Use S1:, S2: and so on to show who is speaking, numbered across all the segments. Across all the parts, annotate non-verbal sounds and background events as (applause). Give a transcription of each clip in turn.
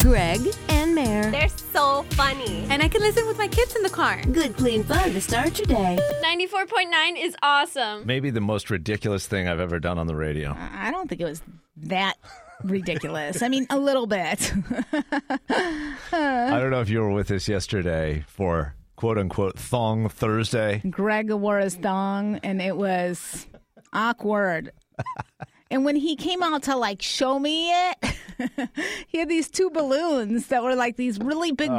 S1: Greg, and Mare.
S2: They're so funny.
S3: And I can listen with my kids in the car.
S1: Good, clean fun to start your day.
S4: 94.9 is awesome.
S5: Maybe the most ridiculous thing I've ever done on the radio.
S6: Uh.
S7: I don't think it was that ridiculous. I mean, a little bit. (laughs)
S5: I don't know if you were with us yesterday for quote unquote
S6: (laughs)
S5: Thong Thursday.
S7: Greg wore his thong, and it was awkward. And when he came out to like show me it, (laughs) he had these two balloons that were like these really big
S5: Oh.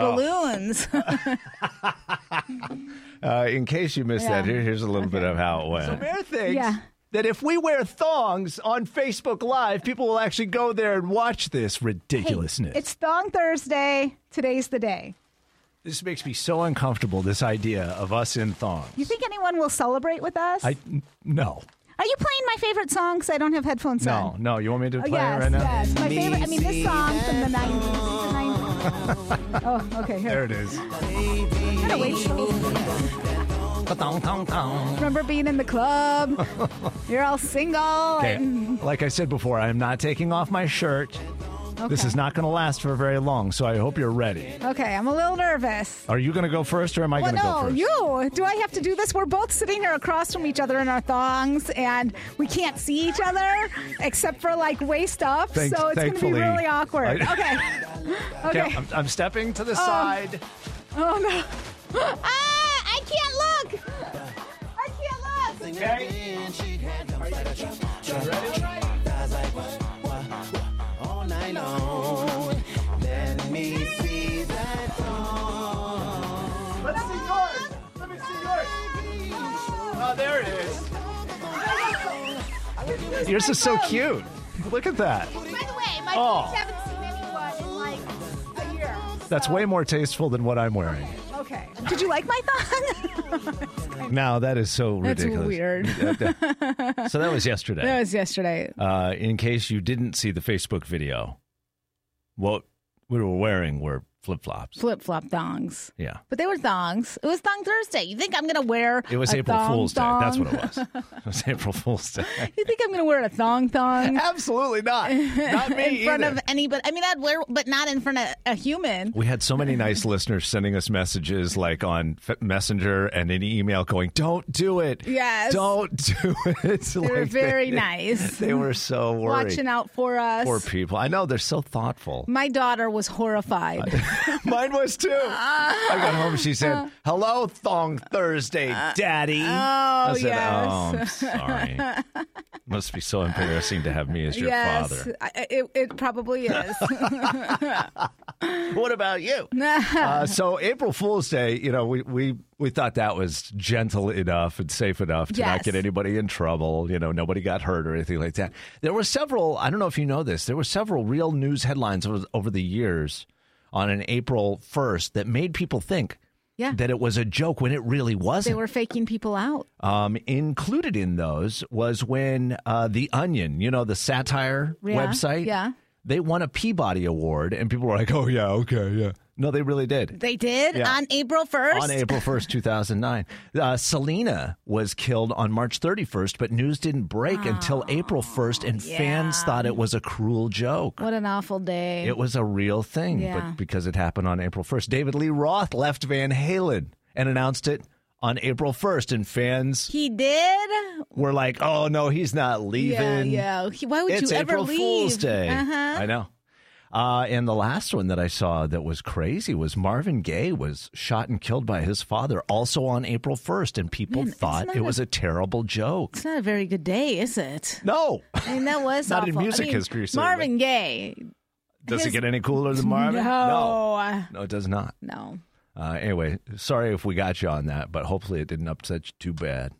S5: (laughs)
S7: balloons.
S5: Uh, in case you missed that,
S7: Yeah.
S5: here, here's a little bit of how it went. So Mayor thinks
S7: Yeah.
S5: that if we wear thongs on Facebook Live, people will actually go there and watch this ridiculousness.
S6: It's Thong Thursday. Today's the day.
S5: this makes me so uncomfortable. This idea of us in thongs.
S6: You think anyone will celebrate with us?
S5: I no
S6: Are you playing my favorite song? Because I don't have headphones
S5: no
S6: on.
S5: no. You want me to
S6: Oh,
S5: play
S6: yes,
S5: it right now?
S6: yes. My favorite. I mean, this song from the 90s. oh, okay. Here.
S5: There it is.
S6: I'm gonna wait till-
S5: Thong, thong, thong.
S6: Remember being in the
S5: (laughs)
S6: club? You're all single.
S5: Okay.
S6: And
S5: Like I said before, I am not taking off my shirt. This is not going to last for very long, so I hope you're ready.
S6: okay, I'm a little nervous.
S5: Are you going to go first, or am I
S6: Well,
S5: going to go
S6: no,
S5: first?
S6: you. Do I have to do this? We're both sitting here across from each other in our thongs, and we can't see each other except for like waist up.
S5: Thanks-
S6: so it's going to be
S5: thankfully,
S6: really awkward.
S5: I- (laughs)
S6: okay. Okay.
S5: Okay, I'm, I'm stepping to the
S6: Um,
S5: side.
S6: Oh no! (laughs) ah, I can't look. I can't look.
S5: Okay. Let's see yours. Let me see yours. Oh, there it is. Yours is so cute. Look at that.
S2: By the way, my
S5: Oh.
S2: kids haven't seen anyone in like a year.
S5: That's way more tasteful than what I'm wearing.
S6: Okay. Did you like my (laughs) thong?
S5: Now that is so
S7: That's
S5: ridiculous.
S7: weird.
S5: so that was yesterday.
S7: that was yesterday.
S5: uh, in case you didn't see the Facebook video, what we were wearing were flip flops.
S7: Flip flop thongs.
S5: Yeah.
S7: But they were thongs. It was Thong Thursday. You think I'm going to wear
S5: It was
S7: a
S5: April
S7: thong
S5: Fool's
S7: thong?
S5: Day. That's what it was. It was April Fool's Day.
S7: (laughs) You think I'm going to wear a thong
S5: (laughs)
S7: thong
S5: Absolutely not. Not (laughs) me
S7: in front
S5: either.
S7: of anybody? I mean, I'd wear, but not in front of a human.
S5: we had so many nice listeners sending us messages like on F- Messenger and an email going, "Don't do it.
S7: Yes.
S5: Don't do it." (laughs) They
S7: They were very nice.
S5: They were so worried.
S7: Watching out for us.
S5: Poor people. I know they're so thoughtful.
S7: My daughter was horrified.
S5: (laughs) Mine was too. I got home. She said, "Hello, Thong Thursday, Daddy." Oh, I said,
S7: Uh, yes.
S5: "Oh, I'm sorry. Must be so embarrassing to have me as your
S7: yes,
S5: father."
S7: I, I- it, it probably
S5: (laughs)
S7: is.
S5: What about you? (laughs) uh, so April Fool's Day, you know, we we we thought that was gentle enough and safe enough to not
S7: Yes.
S5: get anybody in trouble. You know, nobody got hurt or anything like that. There were several. I don't know if you know this. There were several real news headlines over, over the years on an April first that made people think.
S7: Yeah.
S5: That it was a joke when it really wasn't.
S7: they were faking people out.
S5: Um, included in those was when uh, The Onion, you know, the satire
S7: Yeah,
S5: website,
S7: yeah.
S5: they won a Peabody Award, and people were like, oh, yeah, okay, yeah. No, they really did.
S7: They did
S5: Yeah.
S7: on April 1st.
S5: On April 1st, 2009. Uh, Selena was killed on March 31st, but news didn't break until April 1st, and fans thought it was a cruel joke.
S7: What an awful day.
S5: It was a real thing,
S7: Yeah.
S5: but because it happened on April 1st, David Lee Roth left Van Halen and announced it on April 1st, and fans
S7: he did?
S5: we're like, oh no, he's not leaving.
S7: Yeah, yeah. He- why would
S5: It's
S7: you ever
S5: April
S7: leave?
S5: Fool's Day.
S7: Uh-huh.
S5: I know. Uh, and the last one that I saw that was crazy was Marvin Gaye was shot and killed by his father, also on April 1st, and people
S7: Man, it's
S5: thought
S7: not
S5: it
S7: a-
S5: was a terrible joke.
S7: It's not a very good day, is it?
S5: No,
S7: (laughs) I mean, that was
S5: Not in
S7: awful. I
S5: music
S7: mean,
S5: history, certainly.
S7: Marvin Gaye.
S5: does it
S7: His-
S5: get any cooler than
S7: No.
S5: Marvin? no, No, it does not.
S7: No.
S5: Uh, anyway, sorry if we got you on that, but hopefully it didn't upset you too bad.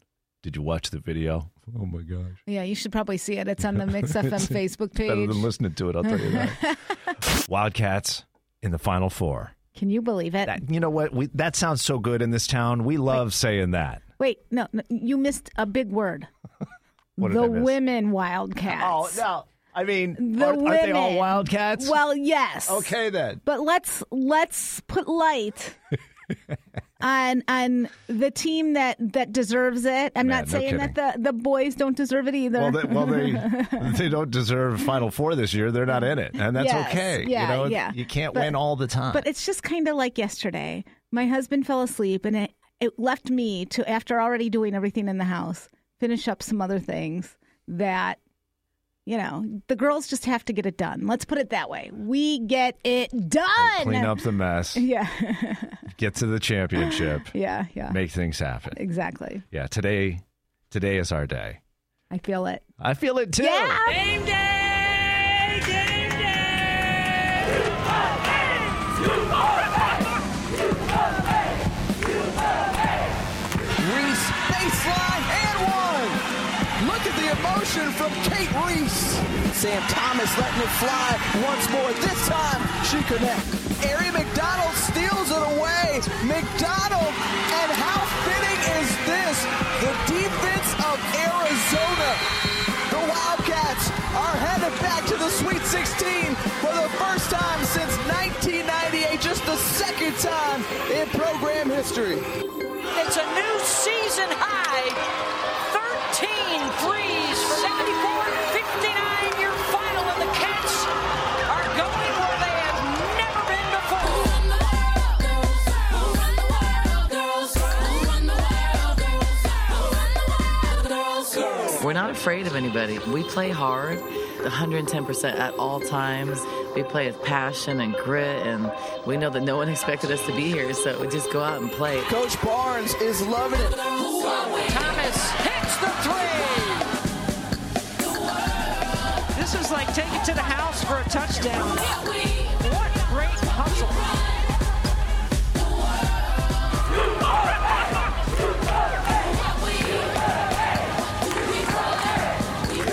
S5: Did you watch the video? Oh my gosh,
S7: Yeah, you should probably see it. It's on
S5: (laughs)
S7: the Mix FM Facebook
S5: better
S7: page.
S5: than listening to it. I'll tell you that.
S6: (laughs)
S5: Wildcats in the final four.
S7: Can you believe it?
S5: That, Uh, you know what? We, that sounds so good in this town. We love saying that.
S7: Wait, no, no, you missed a big word.
S5: (laughs) What did
S7: the
S5: I miss?
S7: women wildcats.
S5: Oh, no! I mean,
S7: The
S5: aren't, aren't they all
S7: women.
S5: wildcats?
S7: Well, yes.
S5: okay then. (laughs)
S7: But let's let's put light
S6: on on the team that that deserves it. I'm
S5: Yeah,
S6: not
S5: no
S6: saying
S5: kidding.
S6: that the the boys don't deserve it either.
S5: Well, they, well, they they don't deserve Final Four this year. They're not in it, and that's
S6: Yes.
S5: okay.
S6: Yeah,
S5: you know,
S6: yeah.
S5: you can't
S6: But-
S5: win all the
S6: (laughs)
S5: time.
S6: But it's just kind of like yesterday. My husband fell asleep, and it, it left me to, after already doing everything in the house, finish up some other things that, you know, the girls just have to get it done. Let's put it that way. We get it done.
S5: Clean up the
S6: (laughs)
S5: mess,
S6: Yeah.
S5: get to the championship,
S6: yeah. Yeah.
S5: make things happen.
S6: Exactly.
S5: Yeah, today, today is our day.
S6: I feel it.
S5: I feel it too.
S8: Reese baseline and one. Look at the emotion from Kate Reese. Sam Thomas letting it fly once more. This time she connects. Ari McDonald steals it away. McDonald, and how fitting is this? The defense of Arizona. The Wildcats are headed back to the Sweet 16 for the first time since 1998, just the second time in program history.
S9: It's a new season high. 13 threes for 74 59, your final, and the Cats are going where they have never been before.
S10: We're not afraid of anybody. We play hard, 110% at all times. We play with passion and grit, and we know that no one (laughs) expected us to be here, so we just go out and play.
S8: Coach Barnes is loving it.
S9: Thomas hits the three. This is like take it to the house for a touchdown. What great hustle.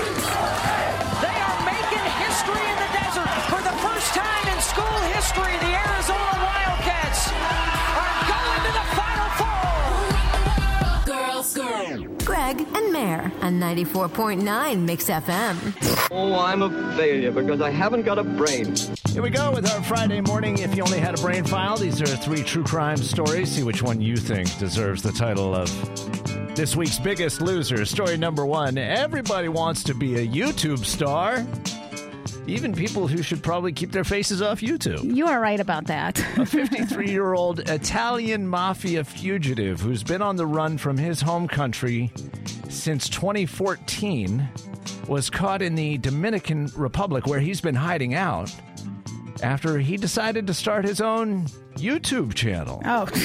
S9: They are making history in the desert. For the first time in school history, the Arizona Wildcats are going to the Final Four.
S1: Greg and Mayor on 94.9 Mix FM.
S11: Oh, I'm a failure because I haven't got a brain.
S5: Here we go with our Friday morning. If you only had a brain file, these are three true crime stories. See which one you think deserves the title of this week's biggest loser. Story number one Everybody wants to be a YouTube star, even people who should probably keep their faces off YouTube.
S6: You are right about that. (laughs)
S5: A 53 year old Italian mafia fugitive who's been on the run from his home country since 2014 was caught in the Dominican Republic where he's been hiding out after he decided to start his own YouTube channel.
S6: oh.
S11: you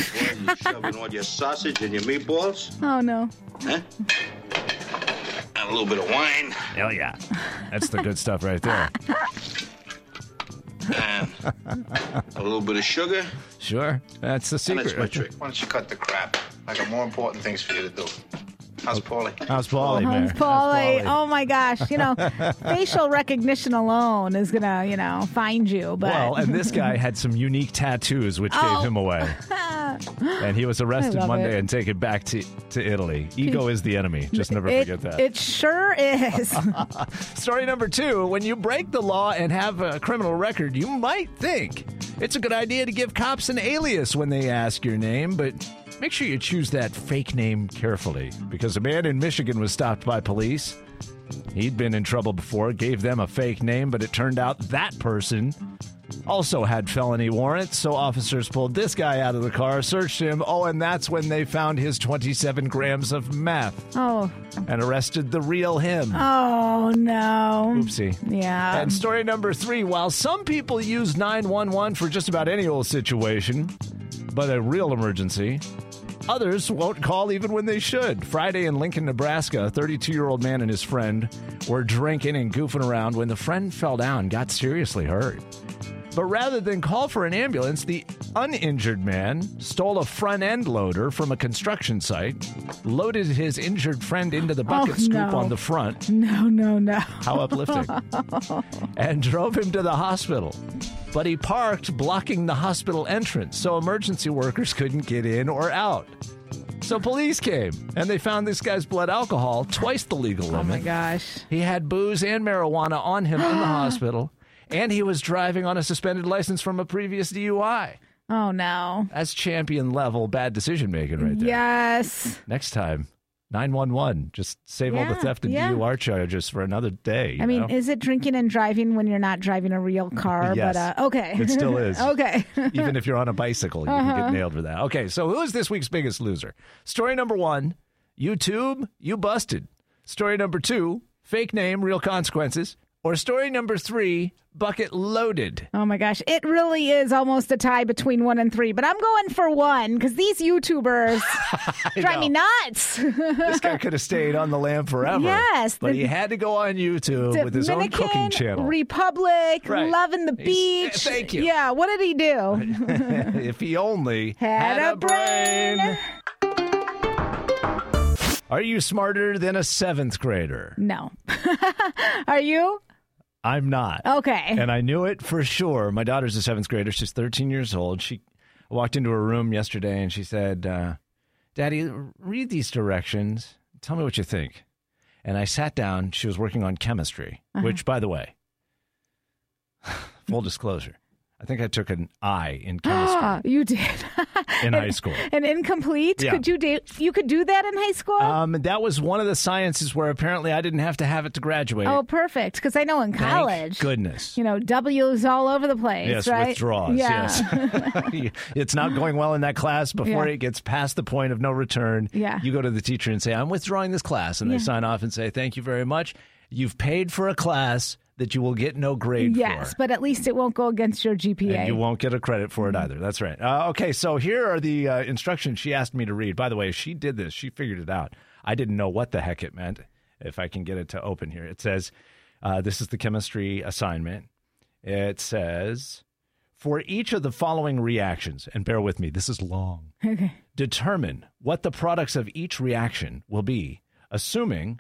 S11: shoving all your sausage and your meatballs,
S6: Oh, no.
S11: and a little bit of wine,
S5: Hell yeah. That's the good stuff right there.
S11: and a little bit of sugar,
S5: Sure. That's the
S11: and
S5: secret.
S11: that's my trick. Why don't you cut the crap? I got more important things for you to do. How's Paulie?
S5: How's Paulie, Mayor?
S6: Hans
S5: How's
S6: Pauli.
S5: Paulie?
S6: Oh, my gosh. You
S5: (laughs)
S6: know, facial recognition alone is going to, you know, find you. But
S5: Well, and this
S6: (laughs)
S5: guy had some unique tattoos, which
S6: Oh.
S5: gave him away. and he was
S6: (laughs)
S5: arrested
S6: I love
S5: Monday
S6: it.
S5: and taken back to, to Italy. Ego is the enemy. Just never
S6: it,
S5: forget that.
S6: It sure
S5: (laughs)
S6: is.
S5: Story number two when you break the law and have a criminal record, you might think it's a good idea to give cops an alias when they ask your name, but make sure you choose that fake name carefully because a man in Michigan was stopped by police. He'd been in trouble before, gave them a fake name, but it turned out that person also had felony warrants, so officers pulled this guy out of the car, searched him. Oh, and that's when they found his 27 grams of meth
S6: oh,
S5: and arrested the real him.
S6: oh no.
S5: Oopsie.
S6: Yeah.
S5: And story number three while some people use 911 for just about any old situation, but a real emergency, others won't call even when they should. Friday in Lincoln, Nebraska, a 32 year old man and his friend were drinking and goofing around when the friend fell down and got seriously hurt. But rather than call for an ambulance, the uninjured man stole a front end loader from a construction site, loaded his injured friend into the bucket scoop
S6: Oh, no.
S5: on the front,
S6: no, no, no. Oh,
S5: how
S6: (laughs)
S5: uplifting. and drove him to the hospital. But he parked blocking the hospital entrance, so emergency workers couldn't get in or out. So police came and they found this guy's blood alcohol twice the legal
S6: Oh my
S5: limit.
S6: gosh.
S5: he had booze and marijuana
S6: (gasps)
S5: on him in the hospital, and he was driving on a suspended license from a previous DUI.
S6: Oh no.
S5: That's champion level bad decision making right there.
S6: Yes.
S5: Next time, 911. Just save all the
S6: Yeah,
S5: theft and
S6: yeah.
S5: DUR charges for another day. you
S6: I mean,
S5: know?
S6: is it drinking and driving when you're not driving a real car?
S5: Yes.
S6: But uh, okay,
S5: It still is.
S6: (laughs) okay.
S5: even if you're on a bicycle, you can
S6: Uh-huh.
S5: get nailed for that. Okay, so who is this week's biggest loser? Story number one YouTube, you busted. Story number two fake name, real consequences. Or story number three bucket loaded.
S6: Oh my gosh, it really is almost a tie between one and three, but I'm going for one because these
S5: (laughs)
S6: YouTubers drive me nuts.
S5: This guy could have stayed on the lam forever.
S6: Yes,
S5: But
S6: the-
S5: he had to go on YouTube with his own cooking
S6: Dominican
S5: channel.
S6: Republic,
S5: Right.
S6: loving the
S5: He's-
S6: beach.
S5: Yeah, thank you.
S6: Yeah, what did he
S5: (laughs)
S6: do?
S5: (laughs) if he only
S6: Had a
S5: brain. Are you smarter than a seventh grader?
S6: no. (laughs) Are you?
S5: I'm not.
S6: Okay.
S5: And I knew it for sure. My daughter's a seventh grader. She's 13 years old. She I walked into her room yesterday and she said, uh, Daddy, read these directions. Tell me what you think. And I sat down. She was working on chemistry,
S6: Uh-huh.
S5: which, by the way, (sighs) full disclosure, I think I took an I
S6: (gasps)
S5: in chemistry
S6: you did. (laughs)
S5: in high school.
S6: An incomplete?
S5: Yeah.
S6: Could you do you could do that in high school?
S5: Um, that was one of the sciences where apparently I didn't have to have it to graduate.
S6: oh, perfect. Because I know in
S5: Thank
S6: college,
S5: goodness.
S6: you know, W's all over the place,
S5: Yes,
S6: right? (laughs)
S5: withdraws. Yes. (laughs) it's not going well in that class before
S6: Yeah.
S5: it gets past the point of no return.
S6: Yeah.
S5: You go to the teacher and say, I'm withdrawing this class. And they
S6: Yeah.
S5: sign off and say, Thank you very much. You've paid for a class that you will get no grade
S6: Yes,
S5: for.
S6: but at least it won't go against your GPA.
S5: And you won't get a credit for it either. That's right. Uh, okay, so here are the uh, instructions she asked me to read. By the way, she did this. She figured it out. I didn't know what the heck it meant. If I can get it to open here, it says, uh, "This is the chemistry assignment." It says, "For each of the following reactions, and bear with me, this is long.
S6: (laughs) Okay.
S5: Determine what the products of each reaction will be, assuming."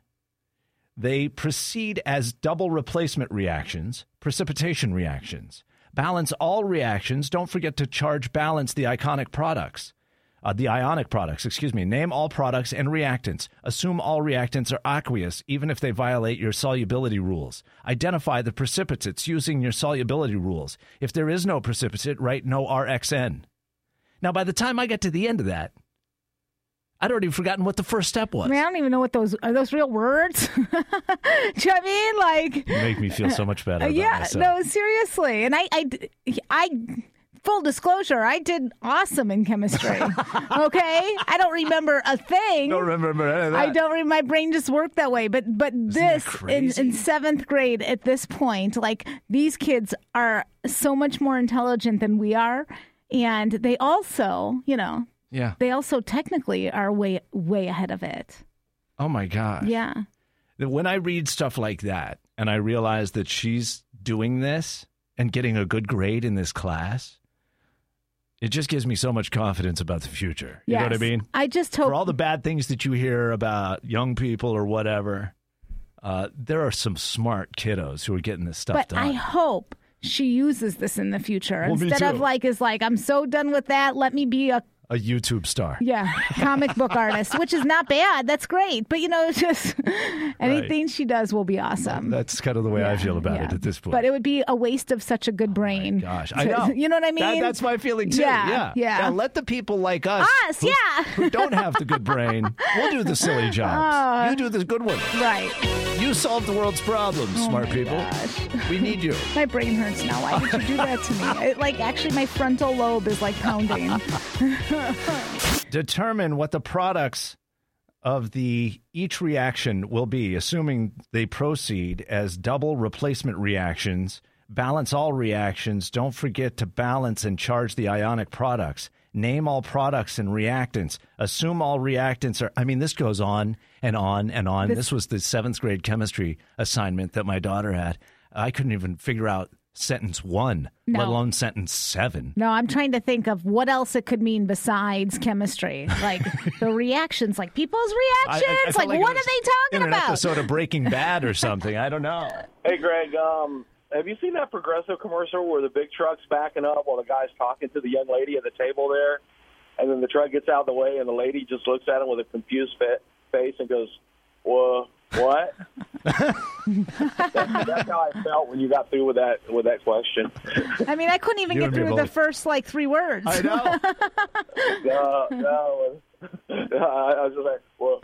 S5: They proceed as double replacement reactions, precipitation reactions. Balance all reactions. Don't forget to charge balance the iconic products, uh, the ionic products, excuse me. Name all products and reactants. Assume all reactants are aqueous, even if they violate your solubility rules. Identify the precipitates using your solubility rules. If there is no precipitate, write no RXN. Now, by the time I got to the end of that, I'd already forgotten what the first step
S6: I
S5: was.
S6: mean, I don't even know what those are. Those real words. (laughs) Do you know what I mean? Like,
S5: You make me feel so much better.
S6: uh,
S5: about
S6: (laughs) yeah,
S5: myself.
S6: no, seriously. And I, I, d- I, full disclosure, I did awesome in
S5: (laughs)
S6: chemistry. okay, I don't remember a thing.
S5: Don't remember any of that.
S6: I don't. re- My brain just worked that way. But but this in,
S5: crazy?
S6: in seventh grade at this point, like these kids are so much more intelligent than we are, and they also, you know,
S5: Yeah.
S6: they also technically are way way ahead of it.
S5: Oh my gosh.
S6: Yeah.
S5: That When I read stuff like that and I realize that she's doing this and getting a good grade in this class, it just gives me so much confidence about the future. You know what I
S6: Yes.
S5: mean?
S6: I just hope
S5: For all the bad things that you hear about young people or whatever, uh, there are some smart kiddos who are getting this stuff
S6: but
S5: done.
S6: I hope she uses this in the future
S5: Well, me
S6: instead
S5: too.
S6: of like is like I'm so done with that. Let me be a
S5: a YouTube star.
S6: yeah comic
S5: (laughs)
S6: book artist, which is not bad. That's great, but you know, it's just (laughs) anything she does will be awesome.
S5: That's kind of the way I feel about it
S6: Yeah.
S5: at this point. Oh
S6: But it would be a waste of such a good brain.
S5: Gosh,
S6: (laughs)
S5: I
S6: to-
S5: know.
S6: You know what I
S5: That-
S6: mean?
S5: that's my feeling too.
S6: Yeah,
S5: Yeah,
S6: yeah.
S5: Now let the people like us,
S6: Us,
S5: who,
S6: yeah.
S5: who don't have the good brain, we'll do
S6: (laughs)
S5: the silly
S6: Uh.
S5: jobs. you do the good one.
S6: right.
S5: You solve the world's problems,
S6: Oh
S5: smart people. We need you.
S6: My brain hurts now. Why did you do that to
S5: (laughs)
S6: me? It, like actually, my frontal lobe is like pounding.
S5: Determine what the products of the each reaction will be, assuming they proceed as double replacement reactions. Balance all reactions. Don't forget to balance and charge the ionic products. Name all products and reactants. Assume all reactants are. I mean, this goes on and on and on. This, was the seventh grade chemistry assignment that my daughter had. I couldn't even figure out sentence one,
S6: No.
S5: let alone sentence seven.
S6: No, I'm trying to think of what else it could mean besides chemistry,
S5: (laughs)
S6: like the reactions, like people's
S5: I- I- I
S6: reactions.
S5: felt
S6: like,
S5: it
S6: what
S5: was
S6: are they
S5: in
S6: talking
S5: an
S6: about?
S5: episode of Breaking Bad or something. I don't know. (laughs)
S11: Hey, Greg, um, have you seen that Progressive commercial where the big truck's backing up while the guy's talking to the young lady at the table there? And then the truck gets out of the way, and the lady just looks at him with a confused fa- face and goes, Whoa. What? (laughs) That- that's how I felt when you got through with that with that question.
S6: I mean, I couldn't even
S11: You
S6: get
S11: and me
S6: through the
S11: both.
S6: first like three words.
S11: I know. No, no. (laughs) I was just like, well,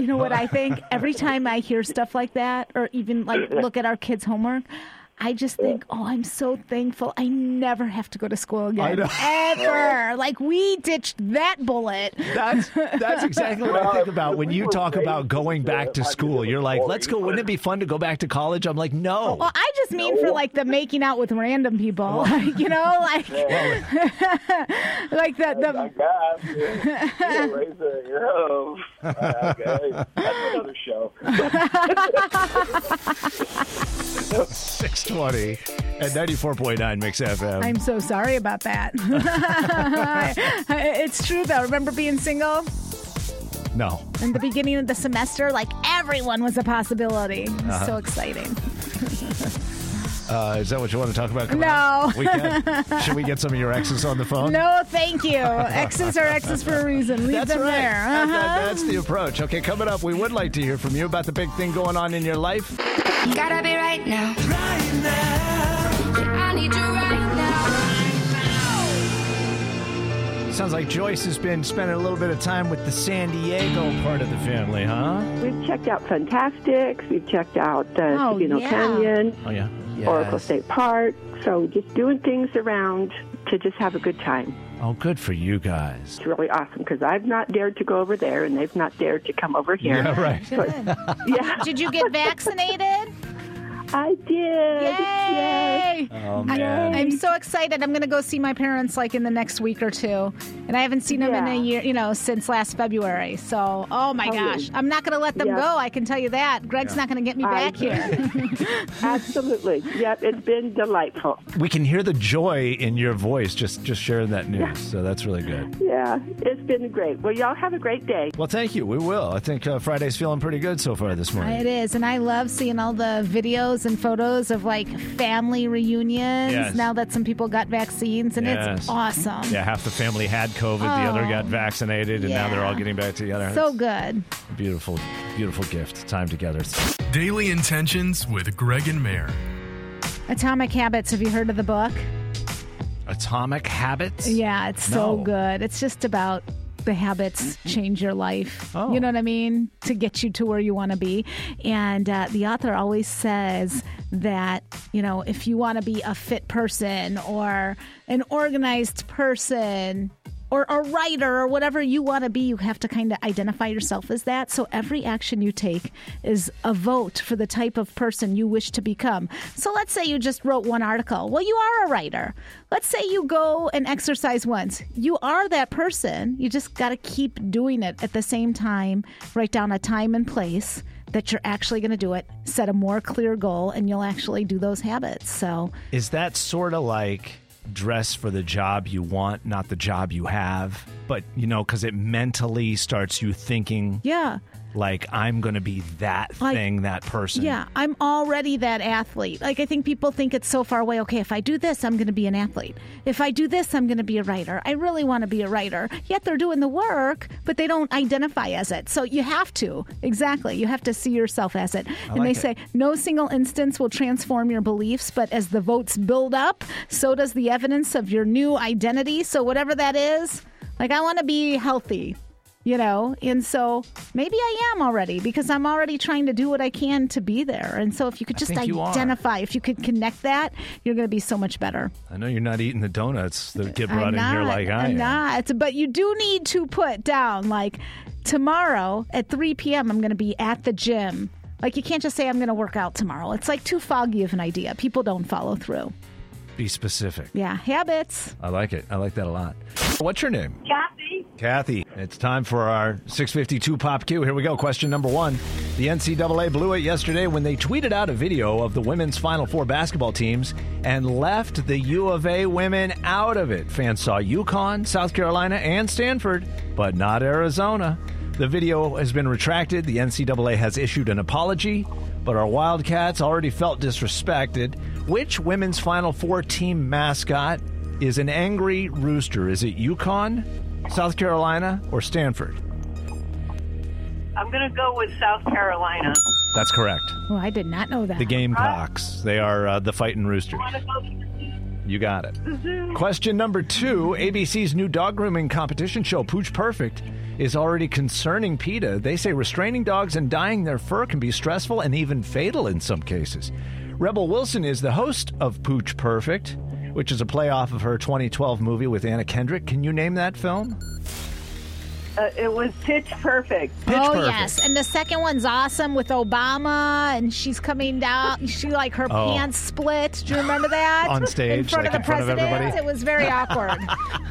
S6: (laughs) You know what I think? Every time I hear stuff like that, or even
S5: (laughs)
S6: like look at our kids' homework, I just think, oh, I'm so thankful I never have to go to school again.
S5: I know.
S6: (laughs) Ever. like, we ditched that bullet.
S5: That's, That's exactly what I think about when you talk about going back to school. You're like, let's go. Wouldn't it be fun to go back to college? I'm like, no. (laughs)
S6: Well, I just mean for like the making out with random people, (laughs) like, you know, like, (laughs) like the the.
S11: Razor, you're home. Okay, that's another show.
S5: 620 at 94.9 Mix FM.
S6: I'm so sorry about that. (laughs) it's true though. Remember being single
S5: no.
S6: in the beginning of the semester? Like everyone was a possibility. It was
S5: Uh-huh.
S6: So exciting.
S5: Uh, is that what you want to talk about? coming
S6: No.
S5: up?
S6: (laughs)
S5: We can. Should we get some of your exes on the phone?
S6: No, thank you. X's are X's for a reason. Leave
S5: That's
S6: them
S5: right.
S6: there.
S5: That- that-
S6: Uh-huh.
S5: that's the approach. Okay, coming up, we would like to hear from you about the big thing going on in your life.
S12: Gotta be right now. Right now. I need you right
S5: Sounds like Joyce has been spending a little bit of time with the San Diego part of the family, huh?
S13: We've checked out Fantastics. We've checked out uh,
S5: Oh,
S13: Sabino
S5: yeah.
S13: Canyon,
S5: Oh yeah.
S13: Oracle State Park. So just doing things around to just have a good time.
S5: Oh, good for you guys.
S13: It's really awesome because I've not dared to go over there, and they've not dared to come over here.
S5: Yeah, right. (laughs)
S13: But Yeah.
S6: Did you get vaccinated?
S13: I did.
S6: (laughs) Yay!
S5: Oh,
S6: I,
S5: man.
S6: am so excited. I'm going to go see my parents like in the next week or two. And I haven't seen them in a year, you know, since last February. So, oh my
S13: Oh, yeah.
S6: gosh. I'm not going to let them
S13: Yeah.
S6: go. I can tell you that. Greg's
S5: Yeah.
S6: not going to get me
S13: I-
S6: back here.
S13: Absolutely. Yep. It's been delightful.
S5: We can hear the joy in your voice just just sharing that news. So that's really good.
S13: Yeah. It's been great. Well, y'all have a great day.
S5: Well, thank you. We will. I think uh, Friday's feeling pretty good so far this morning.
S6: It is, and I love seeing all the videos and photos of like family reunions
S5: Yes.
S6: now that some people got vaccines, and
S5: Yes.
S6: it's awesome.
S5: Yeah, half the family had COVID, the
S6: Oh.
S5: other got vaccinated, and now they're all
S6: Yeah.
S5: getting back together.
S6: So good.
S5: It's a beautiful, beautiful gift. Time together.
S14: Daily Intentions with Greg and Mayor.
S6: Atomic Habits, have you heard of the book?
S5: Atomic Habits.
S6: Yeah, it's so
S5: No. Mm-hmm.
S6: good. It's just about the habits change your life.
S5: Oh.
S6: You know what I mean? To get you to where you want to be. And uh, the author always says that, you know, if you want to be a fit person or an organized person, or a writer, or whatever you want to be, you have to kind of identify yourself as that. So every action you take is a vote for the type of person you wish to become. So let's say you just wrote one article. Well, you are a writer. Let's say you go and exercise once. You are that person. You just got to keep doing it at the same time. Write down a time and place that you're actually going to do it. Set a more clear goal, and you'll actually do those habits. So
S5: Is that sort of like dress for the job you want, not the job you have? But, you know, because it mentally starts you thinking,
S6: yeah.
S5: like, I'm going to be that
S6: Like-
S5: thing, that person.
S6: Yeah, I'm already that athlete. Like I think people think it's so far away. Okay, if I do this, I'm going to be an athlete. If I do this, I'm going to be a writer. I really want to be a writer. Yet they're doing the work, but they don't identify as it. So you have to. Exactly. You have to see yourself as it. and
S15: like
S6: they
S15: it.
S6: say no single instance will transform your beliefs, but as the votes build up, so does the evidence of your new identity. So whatever that is, like I want to be healthy you know and so maybe i am already because i'm already trying to do what i can to be there and so if you could just
S5: think you are.
S6: identify if you could connect that you're going to be so much better
S5: I know you're not eating the donuts that get
S6: I'm
S5: brought in
S6: not,
S5: here like I
S6: I'm
S5: am.
S6: not but you do need to put down like tomorrow at 3 p.m i'm going to be at the gym like you can't just say i'm going to work out tomorrow it's like too foggy of an idea people don't follow through
S5: Be specific.
S6: yeah habits
S5: I like it. I like that a lot. What's your name?
S16: Kathy.
S5: Kathy, it's time for our 652 Pop Q. Here we go. Question number one. The NCAA blew it yesterday when they tweeted out a video of the women's Final Four basketball teams and left the U of A women out of it. Fans saw UConn, South Carolina, and Stanford, but not Arizona. The video has been retracted. The NCAA has issued an apology, but our Wildcats already felt disrespected. Which women's Final Four team mascot is an angry rooster? Is it Yukon, South Carolina, or Stanford?
S15: I'm going to go with South Carolina.
S5: That's correct.
S6: Oh, I did not know that.
S5: The Gamecocks. They are uh, the fighting roosters.
S15: I want to go
S5: You got it.
S15: to the zoo.
S5: Question number two ABC's new dog grooming competition show, Pooch Perfect, is already concerning PETA. They say restraining dogs and dyeing their fur can be stressful and even fatal in some cases. Rebel Wilson is the host of Pooch Perfect, which is a playoff of her 2012 movie with Anna Kendrick. Can you name that film?
S15: Uh, it was pitch perfect.
S6: oh
S5: perfect.
S6: yes, and the second one's awesome with Obama, and she's coming down. (laughs) She like her
S5: Oh.
S6: pants split. Do you remember that
S5: (laughs) On stage,
S6: in front
S5: like
S6: of the
S5: in front of
S6: president?
S5: everybody?
S6: it was
S5: (laughs)
S6: very awkward.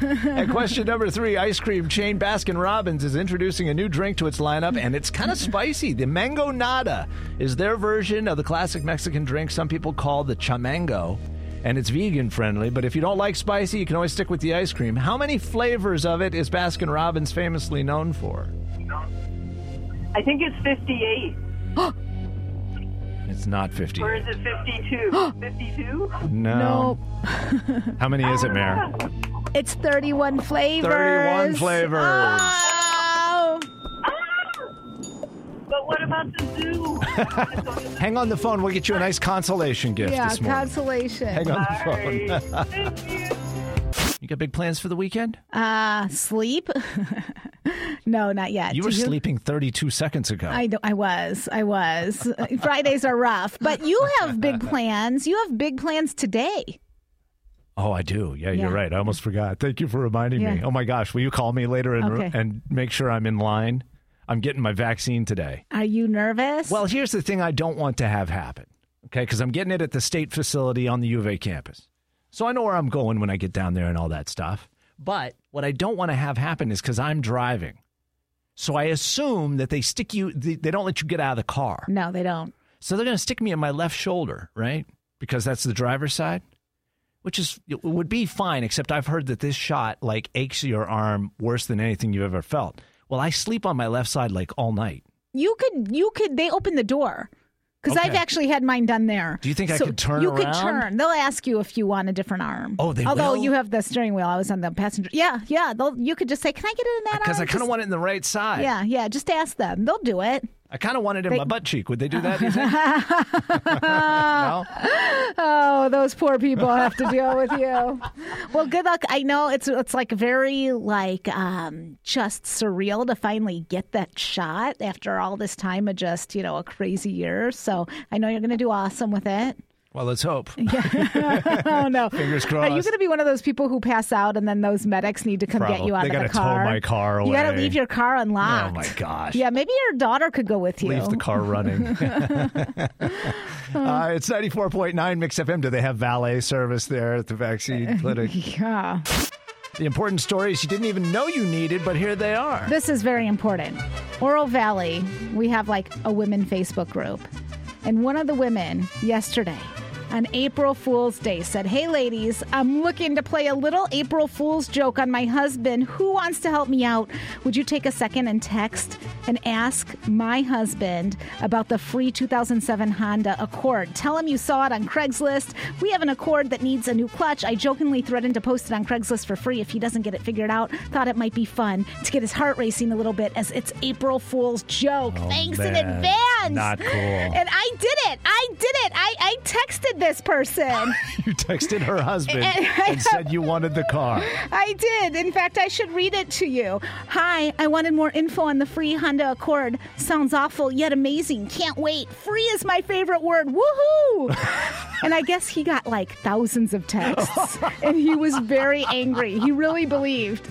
S5: And question number three ice cream chain Baskin Robbins is introducing a new drink to its lineup, and it's kind of spicy. The Mango Nada is their version of the classic Mexican drink some people call the chamango. And it's vegan friendly, but if you don't like spicy, you can always stick with the ice cream. How many flavors of it is Baskin Robbins famously known for?
S15: I think it's 58.
S5: (gasps) It's not 50.
S15: Or is it
S5: (gasps)
S15: 52? 52?
S5: No. How many is it, Mayor?
S6: it's thirty-one flavors.
S5: 31 flavors.
S6: Oh.
S15: But what about the zoo?
S5: Hang on the phone. We'll get you a nice consolation gift
S6: yeah,
S5: this morning.
S6: consolation.
S5: Hang on the phone. you got big plans for the weekend?
S6: Uh, sleep? (laughs) no, not yet.
S5: You
S6: Do
S5: were sleeping 32 seconds ago.
S6: I, know- I was. I was. Uh, Fridays are rough, but you have
S5: (laughs)
S6: big plans. You have big plans today.
S5: oh, I do. Yeah, you're
S6: Yeah.
S5: right. I almost forgot. Thank you for reminding me.
S6: Yeah.
S5: Oh my gosh, will you call me later and
S6: Okay.
S5: and make sure I'm in line? I'm getting my vaccine today.
S6: Are you nervous?
S5: Well, here's the thing I don't want to have happen. Okay, because I'm getting it at the state facility on the U of A campus, so I know where I'm going when I get down there and all that stuff. But what I don't want to have happen is because I'm driving, so I assume that they stick you. They, they don't let you get out of the car.
S6: no, they don't.
S5: So they're going to stick me in my left shoulder, right? Because that's the driver's side, which is it would be fine. Except I've heard that this shot like aches your arm worse than anything you've ever felt. Well, I sleep on my left side like all night.
S6: You could. You could. They open the door because I've
S5: Okay.
S6: actually had mine done there.
S5: Do you think I
S6: So
S5: could turn
S6: You could
S5: around?
S6: turn. They'll ask you if you want a different arm.
S5: Oh, they
S6: Although
S5: will?
S6: you have the steering wheel. I was on the passenger. Yeah, yeah. They'll. You could just say, "Can I get it in that?"
S5: Because
S6: arm?"
S5: I kind of
S6: Just-
S5: want it in the right side.
S6: Yeah, yeah. Just ask them. They'll do it.
S5: I kind of want it in
S6: They-
S5: my butt cheek. Would they do that? do you think?
S6: (laughs) Oh, those poor people have to deal with you. (laughs) Well, good luck. I know it's it's like very like um, just surreal to finally get that shot after all this time of just you know a crazy year. So I know you're going to do awesome with it.
S5: Well, let's hope.
S6: (laughs) oh no!
S5: Fingers
S6: Are you
S5: crossed.
S6: going to be one of those people who pass out and then those medics need to come get you
S5: Probably.
S6: out
S5: They
S6: of the
S5: gotta tow
S6: car?
S5: my car
S6: You got to
S5: away.
S6: leave your car unlocked.
S5: Oh my gosh.
S6: Yeah, maybe your daughter could go with you.
S5: Leave the car
S6: (laughs)
S5: running. (laughs) uh, it's 94.9 Mix FM. Do they have valet service there at the
S6: Uh,
S5: vaccine clinic?
S6: Yeah.
S5: The important stories you didn't even know you needed, but here they are.
S6: This is very important. Oral Valley, we have like a women Facebook group. And one of the women yesterday on April Fool's Day said, Hey ladies, I'm looking to play a little April Fool's joke on my husband. Who wants to help me out? Would you take a second and text and ask my husband about the free 2007 Honda Accord? Tell him you saw it on Craigslist. We have an Accord that needs a new clutch. I jokingly threatened to post it on Craigslist for free if he doesn't get it figured out. Thought it might be fun to get his heart racing a little bit as it's April Fool's joke. Thanks in
S5: Oh, man.
S6: advance.
S5: Not cool.
S6: (laughs) And I did it. I did it. I, I texted this person.
S5: (laughs) You texted her husband
S6: And-
S5: and said you wanted the
S6: (laughs)
S5: car.
S6: I did. In fact, I should read it to you. Hi, I wanted more info on the free Honda Accord. Sounds awful, yet amazing. Can't wait. Free is my favorite word. Woohoo! and I guess he got like thousands of texts and he was very angry. He really believed.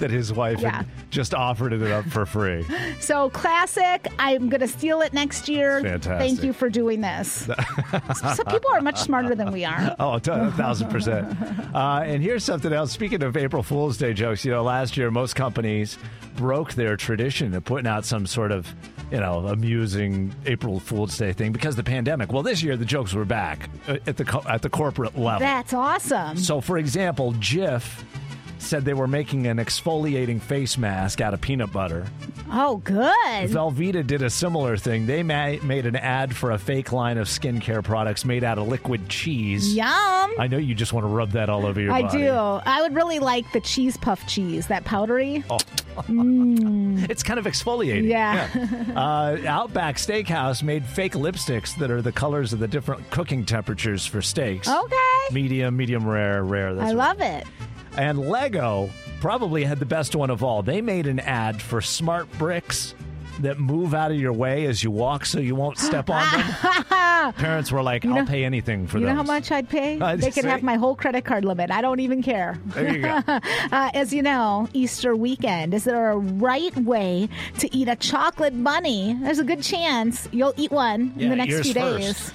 S5: That his wife
S6: Yeah.
S5: had just offered it up for free.
S6: So, classic. I'm going to steal it next year.
S5: Fantastic.
S6: Thank you for doing this. so, people are much smarter than we are.
S5: Oh, a ton- a thousand percent. Uh, and here's something else. Speaking of April Fool's Day jokes, you know, last year most companies broke their tradition of putting out some sort of, you know, amusing April Fool's Day thing because of the pandemic. Well, this year the jokes were back uh, at the co- at the corporate level.
S6: That's awesome.
S5: So, for example, Jif said they were making an exfoliating face mask out of peanut butter.
S6: Oh, good.
S5: Velveeta did a similar thing. They ma- made an ad for a fake line of skincare products made out of liquid cheese.
S6: Yum.
S5: I know you just want to rub that all over your
S6: I
S5: body.
S6: do. I would really like the cheese puff cheese, that powdery.
S5: Oh.
S6: Mm.
S5: It's kind of exfoliating.
S6: Yeah.
S5: uh, Outback Steakhouse made fake lipsticks that are the colors of the different cooking temperatures for steaks.
S6: (laughs) Okay.
S5: Medium, medium rare, rare. That's
S6: I
S5: what-
S6: love it.
S5: And Lego probably had the best one of all. They made an ad for smart bricks that move out of your way as you walk so you won't step on
S6: (laughs)
S5: them. Parents were like, I'll pay anything for
S6: you
S5: those.
S6: know how much I'd
S5: (laughs)
S6: pay?
S5: I'd
S6: they could
S5: say-
S6: have my whole credit card limit. I don't even care.
S5: There you go.
S6: (laughs) uh, as you know, Easter weekend. Is there a right way to eat a chocolate bunny? There's a good chance you'll eat one
S5: Yeah,
S6: in the next
S5: yours
S6: few days.
S5: first.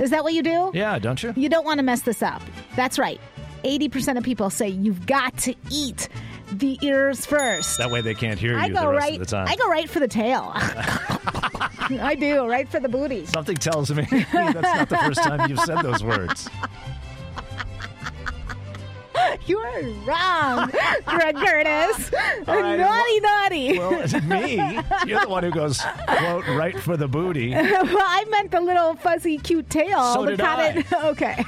S6: Is that what you do?
S5: Yeah, don't you?
S6: You don't want to mess this up. That's right. 80% of people say you've got to eat the ears first.
S5: That way they can't hear
S6: I
S5: you
S6: go
S5: the rest
S6: right
S5: of the time.
S6: I go right for the tail. (laughs) I do, right for the booty.
S5: Something tells me (laughs) that's not the first time you've said those words.
S6: You are wrong, Greg
S5: (laughs)
S6: Curtis.
S5: All right,
S6: naughty, naughty.
S5: (laughs) Well, it's me. You're the one who goes, quote, right for the booty.
S6: Well, I meant the little fuzzy, cute tail.
S5: So
S6: the
S5: did
S6: cotton. (laughs) Okay.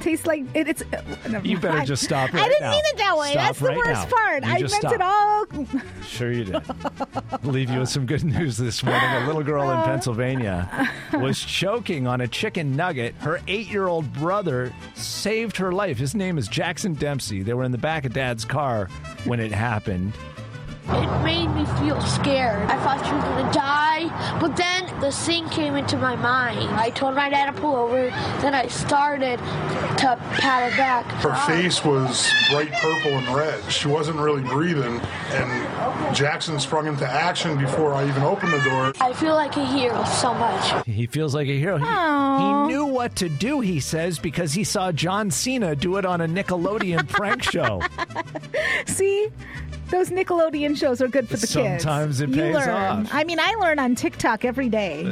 S6: Tastes like it, it's. uh, never
S5: You better
S6: mind.
S5: just stop
S6: I
S5: right
S6: didn't
S5: now.
S6: mean it that way.
S5: Stop
S6: That's the
S5: right
S6: worst
S5: now.
S6: part.
S5: You
S6: I meant
S5: just
S6: it
S5: stop.
S6: all.
S5: Sure you did. Leave you with some good news this morning. A little girl in Pennsylvania was choking on a chicken nugget. Her eight-year-old brother saved her life. His name is Jackson Dempsey. They were in the back of Dad's car when it happened.
S16: It made me feel scared. I thought she was gonna die, but then the scene came into my mind. I told my dad to pull over, then I started to pat her back.
S17: Her face was bright purple and red. She wasn't really breathing, and Jackson sprung into action before I even opened the door.
S16: I feel like a hero so much.
S5: He feels like a hero. He, he knew what to do, he says, because he saw John Cena do it on a Nickelodeon prank show.
S6: See? Those Nickelodeon shows are good for the kids.
S5: Sometimes it
S6: you
S5: pays
S6: learn.
S5: off.
S6: I mean, I learn on TikTok every
S5: (laughs)
S6: day.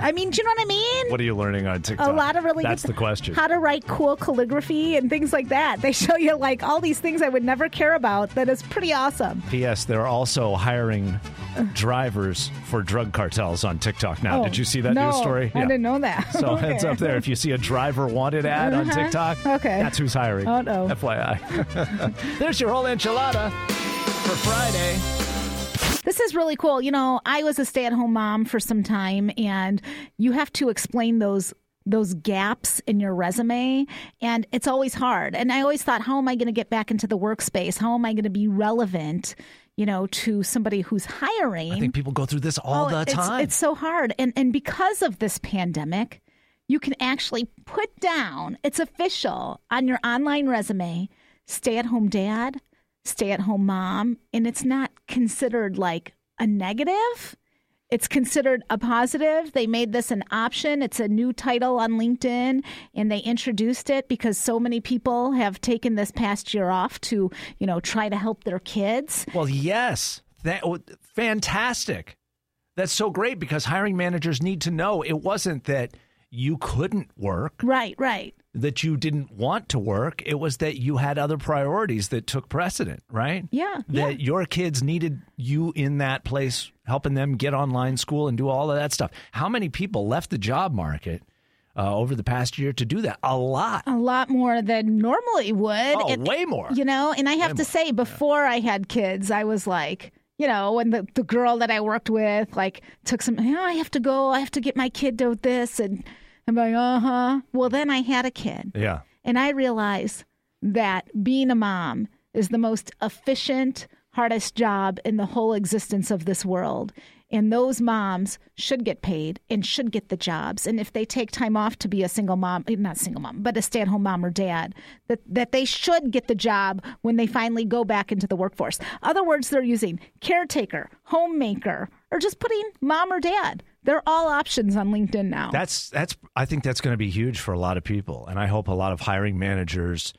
S6: I mean, do you know what I mean?
S5: What are you learning on TikTok?
S6: A lot of really
S5: That's
S6: good,
S5: the question.
S6: How to write cool calligraphy and things like that. They show you like all these things I would never care about. That is pretty awesome.
S5: P.S. They're also hiring drivers for drug cartels on TikTok now.
S6: Oh,
S5: Did you see that
S6: no,
S5: news story?
S6: I didn't know that.
S5: So
S6: (laughs) Okay.
S5: heads up there. If you see a driver wanted ad on
S6: Uh-huh.
S5: TikTok,
S6: Okay.
S5: that's who's hiring.
S6: Oh, no.
S5: FYI. (laughs) There's your whole enchilada for Friday.
S6: This is really cool. You know, I was a stay-at-home mom for some time, and you have to explain those those gaps in your resume and it's always hard and i always thought how am i going to get back into the workspace how am i going to be relevant you know to somebody who's hiring
S5: I think people go through this all
S6: Oh,
S5: the
S6: it's-
S5: time.
S6: It's, so hard. And and because of this pandemic, you can actually put down, it's official on your online resume, stay at home dad, stay at home mom, and it's not considered like a negative. It's considered a positive. They made this an option. It's a new title on LinkedIn and they introduced it because so many people have taken this past year off to, you know, try to help their kids.
S5: Well, yes, that w- fantastic. That's so great because hiring managers need to know it wasn't that you couldn't work,
S6: Right, right.
S5: that you didn't want to work. It was that you had other priorities that took precedent, right?
S6: Yeah,
S5: That your kids needed you in that place, helping them get online school and do all of that stuff. How many people left the job market uh, over the past year to do that? A lot.
S6: A lot more than normally would.
S5: Oh, way more.
S6: You know, and I have to say, before I had kids, I was like, you know, when the, the girl that I worked with like took some, oh, I have to go, I have to get my kid to this, and I'm like, uh huh. Well, then I had a kid,
S5: Yeah.
S6: and I realized that being a mom is the most efficient, hardest job in the whole existence of this world. And those moms should get paid and should get the jobs. And if they take time off to be a single mom, eh, not single mom, but a stay at home mom or dad, that, that they should get the job when they finally go back into the workforce. Other words they're using caretaker, homemaker, or just putting mom or dad. They're all options on LinkedIn now.
S5: That's that's I think that's going to be huge for a lot of people and I hope a lot of hiring managers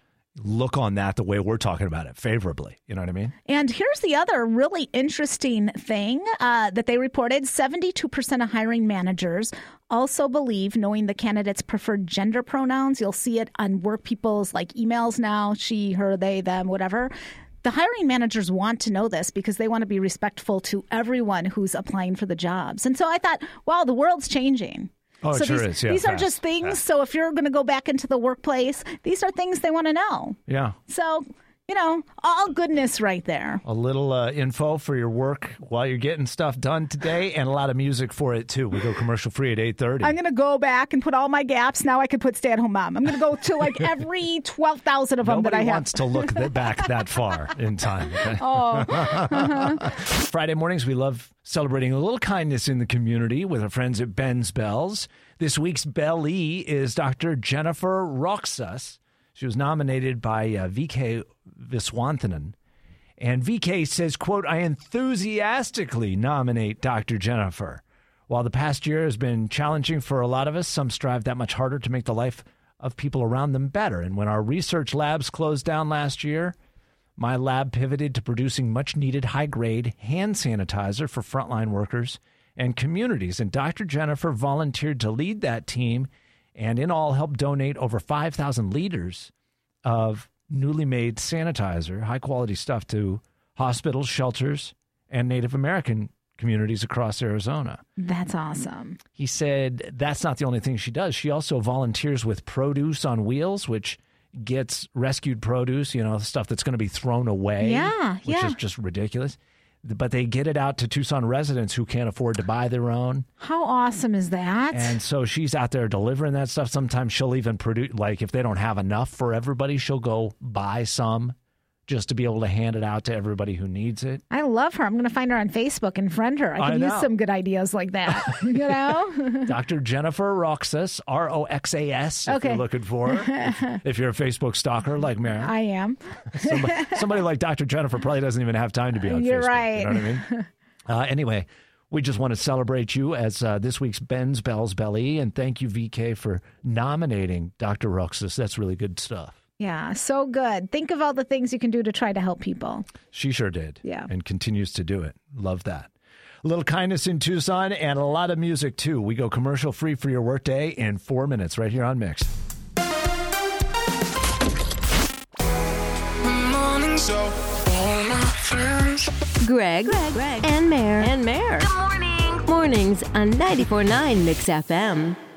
S5: look on that the way we're talking about it favorably. You know what I mean?
S6: And here's the other really interesting thing uh, that they reported 72% of hiring managers also believe knowing the candidate's preferred gender pronouns. You'll see it on work people's like emails now she, her, they, them, whatever. The hiring managers want to know this because they want to be respectful to everyone who's applying for the jobs. And so I thought, wow, the world's changing.
S5: Oh, it
S6: so
S5: sure
S6: these,
S5: is. Yeah,
S6: these are
S5: fast,
S6: just things.
S5: fast.
S6: So if you're going to go back into the workplace, these are things they want to know.
S5: Yeah.
S6: So, you know, all goodness right there.
S5: A little uh, info for your work while you're getting stuff done today, and a lot of music for it too. We go commercial free at eight thirty.
S6: I'm going to go back and put all my gaps. Now I could put stay at home mom. I'm going to go to
S5: (laughs)
S6: like every 12,000 of them
S5: Nobody
S6: that I
S5: wants to look th- back that far in time. okay?
S6: (laughs) Oh. Uh-huh.
S5: (laughs) Friday mornings, we love celebrating a little kindness in the community with our friends at Ben's Bells. This week's belly is Dr. Jennifer Roxas. She was nominated by uh, VK Viswanathan. And VK says, quote, I enthusiastically nominate Dr. Jennifer. While the past year has been challenging for a lot of us, some strive that much harder to make the life of people around them better. And when our research labs closed down last year, my lab pivoted to producing much needed high grade hand sanitizer for frontline workers and communities. And Dr. Jennifer volunteered to lead that team and, in all, helped donate over 5,000 liters of newly made sanitizer, high quality stuff to hospitals, shelters, and Native American communities across Arizona.
S6: That's awesome.
S5: He said that's not the only thing she does. She also volunteers with Produce on Wheels, which gets rescued produce, you know, stuff that's going to be thrown away.
S6: Yeah,
S5: Which
S6: yeah.
S5: is just ridiculous. But they get it out to Tucson residents who can't afford to buy their own.
S6: How awesome is that?
S5: And so she's out there delivering that stuff. Sometimes she'll even produce, like, if they don't have enough for everybody, she'll go buy some just to be able to hand it out to everybody who
S6: (laughs)
S5: needs it.
S6: I love her. I'm going to find her on Facebook and friend her.
S5: I
S6: I could
S5: know.
S6: use some good ideas like that. (laughs) you
S5: (laughs)
S6: know?
S5: Dr. Jennifer Roxas, R O X A S, if
S6: Okay.
S5: you're looking for her.
S6: (laughs)
S5: If, if you're a Facebook stalker like Mary,
S6: I am. (laughs)
S5: somebody, somebody like Dr. Jennifer probably doesn't even have time to be on
S6: You're
S5: Facebook. You
S6: right.
S5: know what I mean?
S6: (laughs)
S5: Uh, anyway, we just want to celebrate you as uh, this week's Ben's Bell's Belly, and thank you, VK, for nominating Dr. Roxas. That's really good stuff.
S6: Yeah, so good. Think of all the things you can do to try to help people.
S5: She sure did.
S6: Yeah.
S5: And continues to do it. Love that. A little kindness in Tucson and a lot of music, too. We go commercial free for your workday in four minutes right here on Mix.
S12: Morning. So, all my friends.
S1: Greg, Greg, and Mayor, and Mayor. Good morning. Mornings on 94.9 Mix FM.